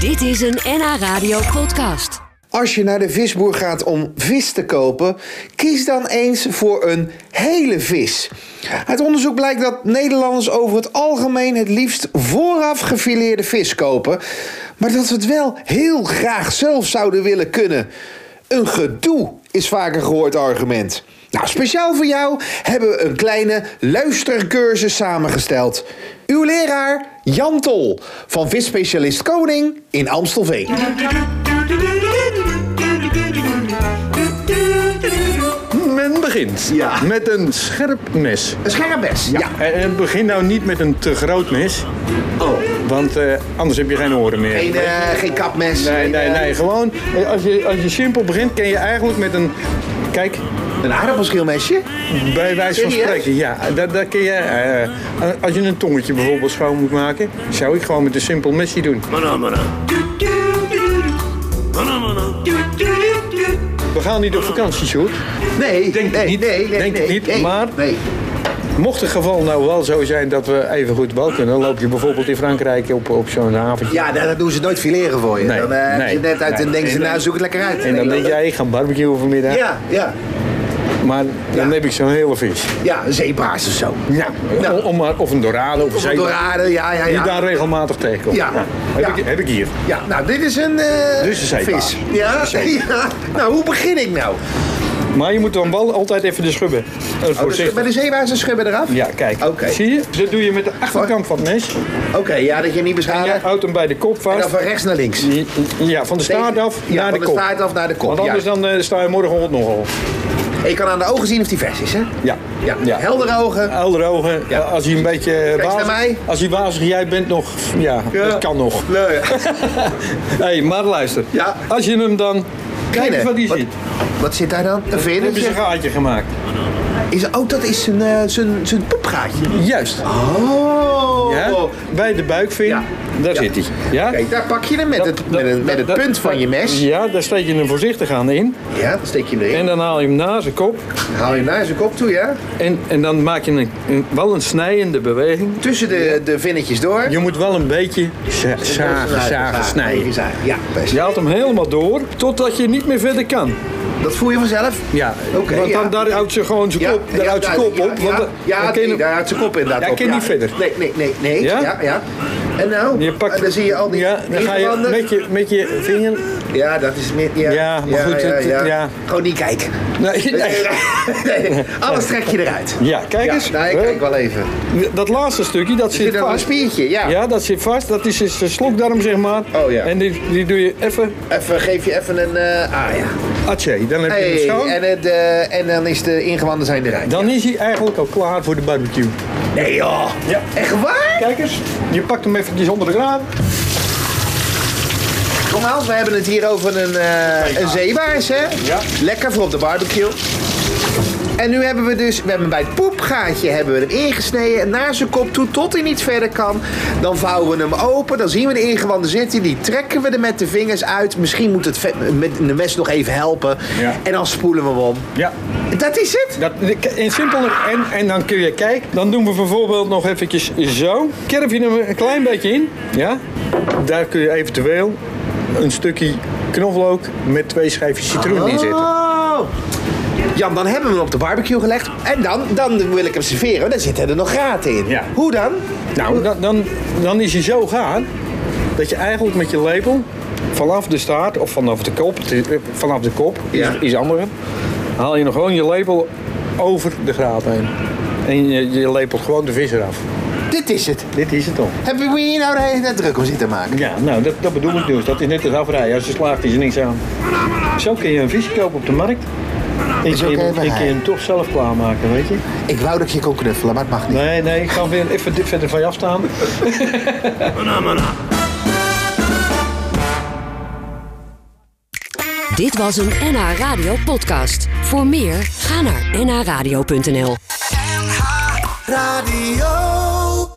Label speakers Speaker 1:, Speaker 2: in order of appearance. Speaker 1: Dit is een NH Radio podcast.
Speaker 2: Als je naar de visboer gaat om vis te kopen, kies dan eens voor een hele vis. Uit onderzoek blijkt dat Nederlanders over het algemeen het liefst vooraf gefileerde vis kopen, maar dat we het wel heel graag zelf zouden willen kunnen. Een gedoe is vaak een gehoord argument. Nou, speciaal voor jou hebben we een kleine luistercursus samengesteld. Uw leraar Jan Tol van visspecialist Koning in Amstelveen.
Speaker 3: Men begint
Speaker 2: Ja.
Speaker 3: met een scherp mes.
Speaker 2: Een scherp mes. Ja.
Speaker 3: En en begin nou niet met een te groot mes,
Speaker 2: Oh.
Speaker 3: want eh, anders heb je geen oren meer.
Speaker 2: Geen, eh, geen kapmes.
Speaker 3: Nee,
Speaker 2: geen,
Speaker 3: nee,
Speaker 2: eh,
Speaker 3: nee. Gewoon, eh, als je, als je simpel begint, kun je eigenlijk met een... Kijk,
Speaker 2: Een aardappelschilmesje.
Speaker 3: bij wijze van
Speaker 2: Serieus?
Speaker 3: spreken, ja, dat, dat kun je... eh, als je een tongetje bijvoorbeeld schoon moet maken, zou ik gewoon met een simpel mesje doen. We gaan niet op vakantie, Sjoerd.
Speaker 2: Nee,
Speaker 3: Denk
Speaker 2: nee,
Speaker 3: het niet.
Speaker 2: nee, nee,
Speaker 3: Denk
Speaker 2: nee,
Speaker 3: het niet,
Speaker 2: nee,
Speaker 3: maar-
Speaker 2: Nee.
Speaker 3: Mocht het geval nou wel zo zijn dat we even goed wel kunnen, loop je bijvoorbeeld in Frankrijk op, op zo'n avondje.
Speaker 2: Ja, nou, dat doen ze nooit fileren voor je.
Speaker 3: Nee,
Speaker 2: dan eh, heb je
Speaker 3: nee,
Speaker 2: het net uit
Speaker 3: nee.
Speaker 2: en denken ze,
Speaker 3: En dan-
Speaker 2: nou zoek het lekker uit.
Speaker 3: En dan denk jij, ik ga barbecuen vanmiddag.
Speaker 2: Ja, ja,
Speaker 3: Maar dan
Speaker 2: Ja.
Speaker 3: heb ik zo'n hele vis.
Speaker 2: ja, een zeepaars of zo.
Speaker 3: Ja,
Speaker 2: Nou.
Speaker 3: Om, om maar, of een dorado of een
Speaker 2: Of een
Speaker 3: zee-
Speaker 2: dorade, ja, ja,
Speaker 3: Die
Speaker 2: ja.
Speaker 3: daar regelmatig tegenkomt.
Speaker 2: Ja.
Speaker 3: Nou, heb,
Speaker 2: Ja.
Speaker 3: Ik, heb ik hier.
Speaker 2: Ja, nou, dit is een eh,
Speaker 3: Dus een zeepaars.
Speaker 2: vis. Ja, ja, nou, hoe begin ik nou?
Speaker 3: Maar je moet dan wel altijd even de schubben.
Speaker 2: Oh,
Speaker 3: eh, voorzichtig.
Speaker 2: dus Bij de zeepaars een schubben eraf?
Speaker 3: Ja, kijk.
Speaker 2: Oké.
Speaker 3: Zie je? Dat doe je met de achterkant van het mes.
Speaker 2: Oké, ja, dat je hem niet
Speaker 3: Jij
Speaker 2: beschadigt.
Speaker 3: houdt hem bij de kop
Speaker 2: En
Speaker 3: vast.
Speaker 2: dan van rechts naar links.
Speaker 3: Ja, van de staart af
Speaker 2: ja,
Speaker 3: naar
Speaker 2: van
Speaker 3: de
Speaker 2: de,
Speaker 3: kop.
Speaker 2: staart af naar de kop.
Speaker 3: Want
Speaker 2: Ja.
Speaker 3: anders dan, eh, sta je morgen nogal.
Speaker 2: Je kan aan de ogen zien of die vers is, hè?
Speaker 3: Ja.
Speaker 2: Ja, heldere ogen.
Speaker 3: Heldere ogen.
Speaker 2: Ja.
Speaker 3: Als hij een beetje eh,
Speaker 2: eens naar mij.
Speaker 3: Als hij wazig jij bent nog. Ja,
Speaker 2: Ja.
Speaker 3: dat kan nog.
Speaker 2: Leuk.
Speaker 3: Hé, hey, maar luister.
Speaker 2: Ja.
Speaker 3: Als je hem dan... Kijk eens wat die
Speaker 2: wat,
Speaker 3: ziet.
Speaker 2: wat zit daar dan? Een
Speaker 3: Hebben ze een
Speaker 2: vindertje?
Speaker 3: gaatje gemaakt?
Speaker 2: Is, oh, dat is zijn, eh, zijn, zijn poepgaatje.
Speaker 3: Juist.
Speaker 2: Oh.
Speaker 3: Ja, bij de buikvin,
Speaker 2: Ja.
Speaker 3: daar
Speaker 2: Ja.
Speaker 3: zit hij. Ja?
Speaker 2: Kijk, daar pak je hem met
Speaker 3: Dat-
Speaker 2: het, met
Speaker 3: dat-
Speaker 2: het, met het
Speaker 3: dat-
Speaker 2: punt van je mes.
Speaker 3: Ja, daar steek je hem voorzichtig aan in.
Speaker 2: Ja, dan steek je hem erin.
Speaker 3: En dan haal je hem naar zijn kop.
Speaker 2: Haal je hem naar zijn kop toe, ja?
Speaker 3: En, en dan maak je een, een- wel een snijende beweging.
Speaker 2: Tussen de, de vinnetjes door.
Speaker 3: Je moet wel een beetje za- zagen, zagen, snijden.
Speaker 2: Zagen, Ja, best.
Speaker 3: Je haalt hem helemaal door totdat je niet meer verder kan.
Speaker 2: Dat voel je vanzelf?
Speaker 3: Ja,
Speaker 2: Oké,
Speaker 3: want dan
Speaker 2: ja.
Speaker 3: daar houdt ze gewoon zijn
Speaker 2: Ja,
Speaker 3: kop, daar
Speaker 2: ja,
Speaker 3: houdt ze
Speaker 2: daar-
Speaker 3: kop
Speaker 2: ja,
Speaker 3: op.
Speaker 2: Ja,
Speaker 3: want dan-
Speaker 2: ja,
Speaker 3: dan kun je
Speaker 2: nee,
Speaker 3: hem-
Speaker 2: daar houdt ze kop inderdaad
Speaker 3: Ja,
Speaker 2: op.
Speaker 3: kun je niet verder.
Speaker 2: Nee, nee, nee. nee. Ja?
Speaker 3: Ja?
Speaker 2: Ja, En nou,
Speaker 3: je pakt,
Speaker 2: dan zie je al die
Speaker 3: ja, dan ga je
Speaker 2: ingewanden.
Speaker 3: met je, met je vinger.
Speaker 2: Ja, dat is meer... Ja,
Speaker 3: Ja, maar goed, het- ja.
Speaker 2: Gewoon niet kijken.
Speaker 3: Nee, nee.
Speaker 2: Nee, Alles trek je eruit.
Speaker 3: Ja, kijk eens.
Speaker 2: Ja, nee, ik kijk wel even.
Speaker 3: Dat laatste stukje, dat
Speaker 2: Zit
Speaker 3: zit
Speaker 2: er nog een
Speaker 3: vast.
Speaker 2: spiertje? Ja.
Speaker 3: Ja, dat zit vast. Dat is dus de slokdarm, zeg maar.
Speaker 2: Oh, ja.
Speaker 3: En die, die doe je even.
Speaker 2: Even, geef je even een... eh ah ja.
Speaker 3: Atje, dan heb je hem
Speaker 2: Hey,
Speaker 3: schoon.
Speaker 2: en, het, eh, en dan is de ingewanden zijn eruit.
Speaker 3: Dan is hij eigenlijk al klaar voor de barbecue.
Speaker 2: Nee joh.
Speaker 3: Ja.
Speaker 2: Echt waar?
Speaker 3: Kijk eens, je pakt hem eventjes onder de kraan.
Speaker 2: Nogmaals, we hebben het hier over een, eh een zeebaars, hè?
Speaker 3: Ja.
Speaker 2: Lekker voor op de barbecue. En nu hebben we dus, we hebben hem bij het poepgaatje hebben we hem ingesneden naar zijn kop toe tot hij niet verder kan. Dan vouwen we hem open, dan zien we de ingewanden zitten, die trekken we er met de vingers uit. Misschien moet het vet- met de mes nog even helpen.
Speaker 3: Ja.
Speaker 2: En dan spoelen we hem om.
Speaker 3: Ja.
Speaker 2: Dat is het?
Speaker 3: Dat, in simpel, en, en dan kun je kijken. Dan doen we bijvoorbeeld nog eventjes zo. Kerf je hem een klein beetje in. Ja. Daar kun je eventueel een stukje knoflook met twee schijfjes citroen in zetten.
Speaker 2: Oh. Jan, dan hebben we hem op de barbecue gelegd. En dan, dan wil ik hem serveren. Dan zitten er nog gaten in.
Speaker 3: Ja.
Speaker 2: Hoe dan?
Speaker 3: Nou, dan, dan, dan is hij zo gaar dat je eigenlijk met je lepel vanaf de staart of vanaf de kop, het is- eh, vanaf de kop
Speaker 2: Ja.
Speaker 3: is, is andere, haal je nog gewoon je lepel over de graat heen. En je, je lepelt gewoon de vis eraf.
Speaker 2: Dit is het.
Speaker 3: Dit is het dan.
Speaker 2: Hebben we hier nou de hele tijd druk om zitten maken?
Speaker 3: Ja, nou, dat, dat bedoel ik dus. Dat is net het afrijden. Als je slaagt, is er niks aan. Zo kun je een visje kopen op de markt. Ik
Speaker 2: ook
Speaker 3: kun je hem-
Speaker 2: even
Speaker 3: ik kun je hem toch zelf klaarmaken, weet je.
Speaker 2: Ik wou dat ik je kon knuffelen, maar het mag niet.
Speaker 3: Nee, nee, ik ga weer even dit verder van je afstaan.
Speaker 1: Dit was een NH Radio podcast. Voor meer, ga naar nhradio.nl.
Speaker 4: NH Radio.